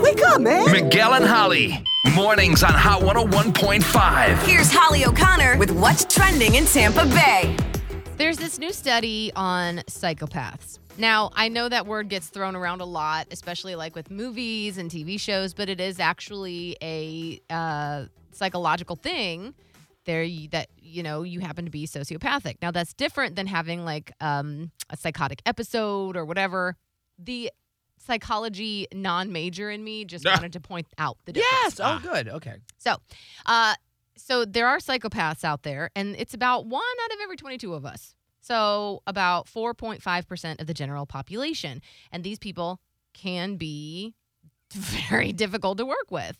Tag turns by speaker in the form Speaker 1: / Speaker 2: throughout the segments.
Speaker 1: Wake up, man.
Speaker 2: Miguel and Holly. Mornings on Hot 101.5.
Speaker 3: Here's Holly O'Connor with what's trending in Tampa Bay.
Speaker 4: There's this new study on psychopaths. Now, I know that word gets thrown around a lot, especially like with movies and TV shows, but it is actually a uh, psychological thing there you, that you know you happen to be sociopathic. Now, that's different than having like um, a psychotic episode or whatever. The psychology non-major in me just wanted to point out the difference.
Speaker 5: Yes. Oh, good. Okay.
Speaker 4: So, uh, so there are psychopaths out there, and it's about one out of every 22 of us. So, about 4.5% of the general population. And these people can be very difficult to work with.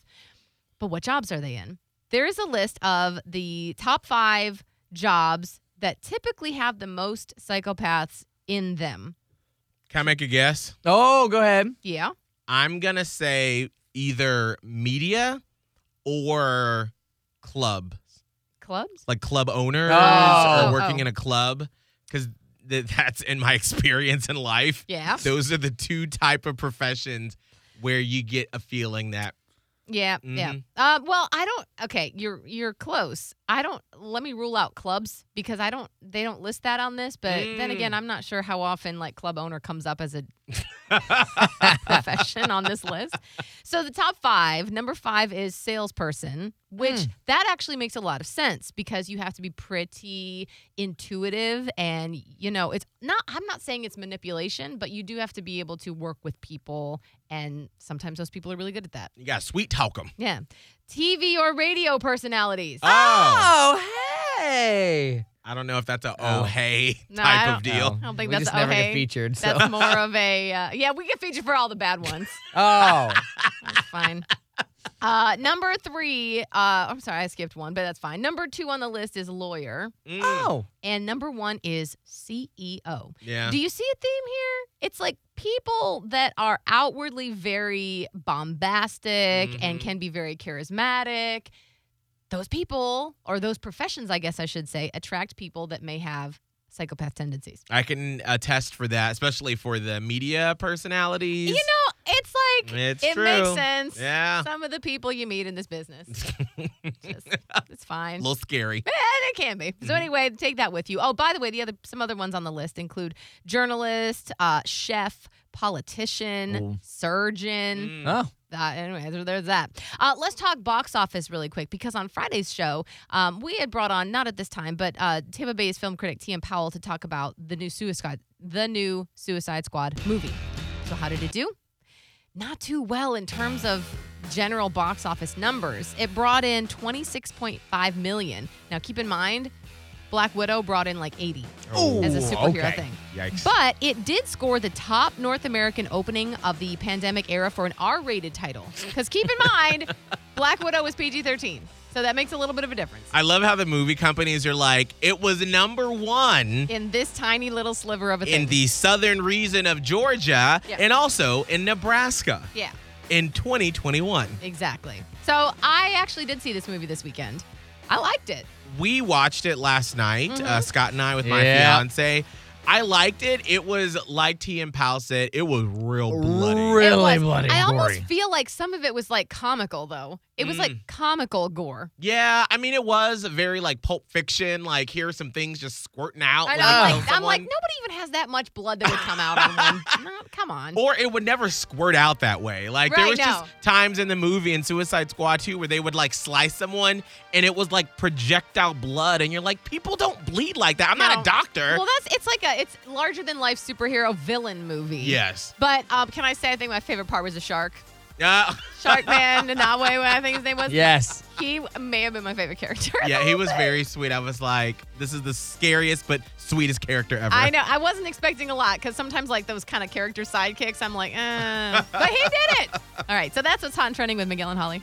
Speaker 4: But what jobs are they in? There is a list of the top five jobs that typically have the most psychopaths in them.
Speaker 6: Can I make a guess?
Speaker 5: Oh, go ahead.
Speaker 4: Yeah.
Speaker 6: I'm going to say either media or club,
Speaker 4: Clubs?
Speaker 6: like club owners
Speaker 5: Oh.
Speaker 6: or working
Speaker 4: Oh.
Speaker 6: in a club because th- that's in my experience in life.
Speaker 4: Yeah.
Speaker 6: Those are the two type of professions where you get a feeling that
Speaker 4: Yeah, yeah.
Speaker 6: Mhm.
Speaker 4: Uh, well, I don't. Okay, you're you're close. I don't. Let me rule out clubs because I don't. They don't list that on this. But then again, I'm not sure how often like club owner comes up as a profession on this list. So the top five. Number five is salesperson, which that actually makes a lot of sense because you have to be pretty intuitive and you know it's not. I'm not saying it's manipulation, but you do have to be able to work with people, and sometimes those people are really good at that.
Speaker 6: you got to sweet talk them.
Speaker 4: Yeah. TV or radio personalities.
Speaker 5: Ah,
Speaker 6: Oh.
Speaker 5: Oh, hey.
Speaker 6: I don't know if that's a oh,
Speaker 5: Oh.
Speaker 6: hey
Speaker 4: No, I
Speaker 6: type of
Speaker 4: don't-
Speaker 6: deal.
Speaker 4: I don't think
Speaker 5: we
Speaker 4: that's
Speaker 5: just never
Speaker 4: okay.
Speaker 5: get featured. So.
Speaker 4: That's more of a uh, yeah. We get featured for all the bad ones.
Speaker 5: oh,
Speaker 4: That's fine. Uh, number three. Uh, I'm sorry, I skipped one, but that's fine. Number two on the list is lawyer,
Speaker 6: Mm,
Speaker 5: oh,
Speaker 4: and number one is CEO.
Speaker 6: yeah.
Speaker 4: Do you see a theme here? It's like people that are outwardly very bombastic and
Speaker 6: Mhm.
Speaker 4: can be very charismatic. Those people, or those professions, I guess I should say, attract people that may have psychopath tendencies.
Speaker 6: I can attest for that, especially for the media personalities.
Speaker 4: You know, it's like
Speaker 6: It's
Speaker 4: it
Speaker 6: true.
Speaker 4: makes sense.
Speaker 6: Yeah.
Speaker 4: Some of the people you meet in this business, just, it's
Speaker 6: a
Speaker 4: fine. Eh,
Speaker 6: little Mm-hmm. scary.
Speaker 4: And it can be. So anyway, take that with you. Oh, by the way, the other some other ones on the list include journalist, uh, chef, politician,
Speaker 5: Ooh.
Speaker 4: surgeon.
Speaker 6: Oh. Mm.
Speaker 5: oh,
Speaker 4: Uh, anyway, there- there's that. Uh, let's talk box office really quick because on Friday's show, um, we had brought on not at this time, but uh, Tampa Bay's film critic T.M. Powell to talk about the new Suicide the new Suicide Squad movie. So how did it do? Not too well in terms of general box office numbers. It brought in 26.5 million. Now keep in mind, Black Widow brought in like 80 as a superhero
Speaker 6: okay.
Speaker 4: thing.
Speaker 6: Yikes.
Speaker 4: But it did score the top North American opening of the pandemic era for an R rated title. Because keep in mind, Black Widow was PG 13. So that makes a little bit of a difference.
Speaker 6: I love how the movie companies are like, it was number one
Speaker 4: In this tiny little sliver of a thing.
Speaker 6: in the southern region of Georgia
Speaker 4: Yeah.
Speaker 6: and also in Nebraska
Speaker 4: yeah,
Speaker 6: in 2021.
Speaker 4: exactly. So I actually did see this movie this weekend. I liked it.
Speaker 6: We watched it last night,
Speaker 4: Mm-hmm.
Speaker 6: uh, Scott and I, with my
Speaker 5: Yeah.
Speaker 6: fiance. I liked it. It was like T and Powell said, it was real bloody.
Speaker 4: It
Speaker 5: really
Speaker 4: was-
Speaker 5: bloody
Speaker 4: I almost
Speaker 5: gory.
Speaker 4: feel like some of it was like comical, though. It was
Speaker 6: Mm.
Speaker 4: like comical gore.
Speaker 6: Yeah, I mean, it was very like Pulp Fiction. Like, here are some things just squirting out.
Speaker 4: I
Speaker 6: when
Speaker 4: know,
Speaker 6: you
Speaker 4: I'm
Speaker 6: kill
Speaker 4: like, I'm like,
Speaker 6: someone.
Speaker 4: nobody even has that much blood that would come out on one. No, come on.
Speaker 6: Or it would never squirt out that way. Like there
Speaker 4: Right,
Speaker 6: was just
Speaker 4: no.
Speaker 6: times in the movie in Suicide Squad 2 where they would like slice someone and it was like projectile blood and you're like, people don't bleed like that. I'm not
Speaker 4: No.
Speaker 6: a doctor.
Speaker 4: Well, that's it's like a it's larger than life superhero villain movie.
Speaker 6: yes.
Speaker 4: But um, can I say I think my favorite part was the shark.
Speaker 6: Yeah.
Speaker 4: Sharkman Nanawe, what I think his name was.
Speaker 5: Yes.
Speaker 4: He may have been my favorite character.
Speaker 6: yeah, he was very sweet. I was like, this is the scariest but sweetest character ever.
Speaker 4: I know. I wasn't expecting a lot because sometimes like those kind of character sidekicks, I'm like, eh. but he did it. All right, so that's what's hot and trending with Miguel and Holly.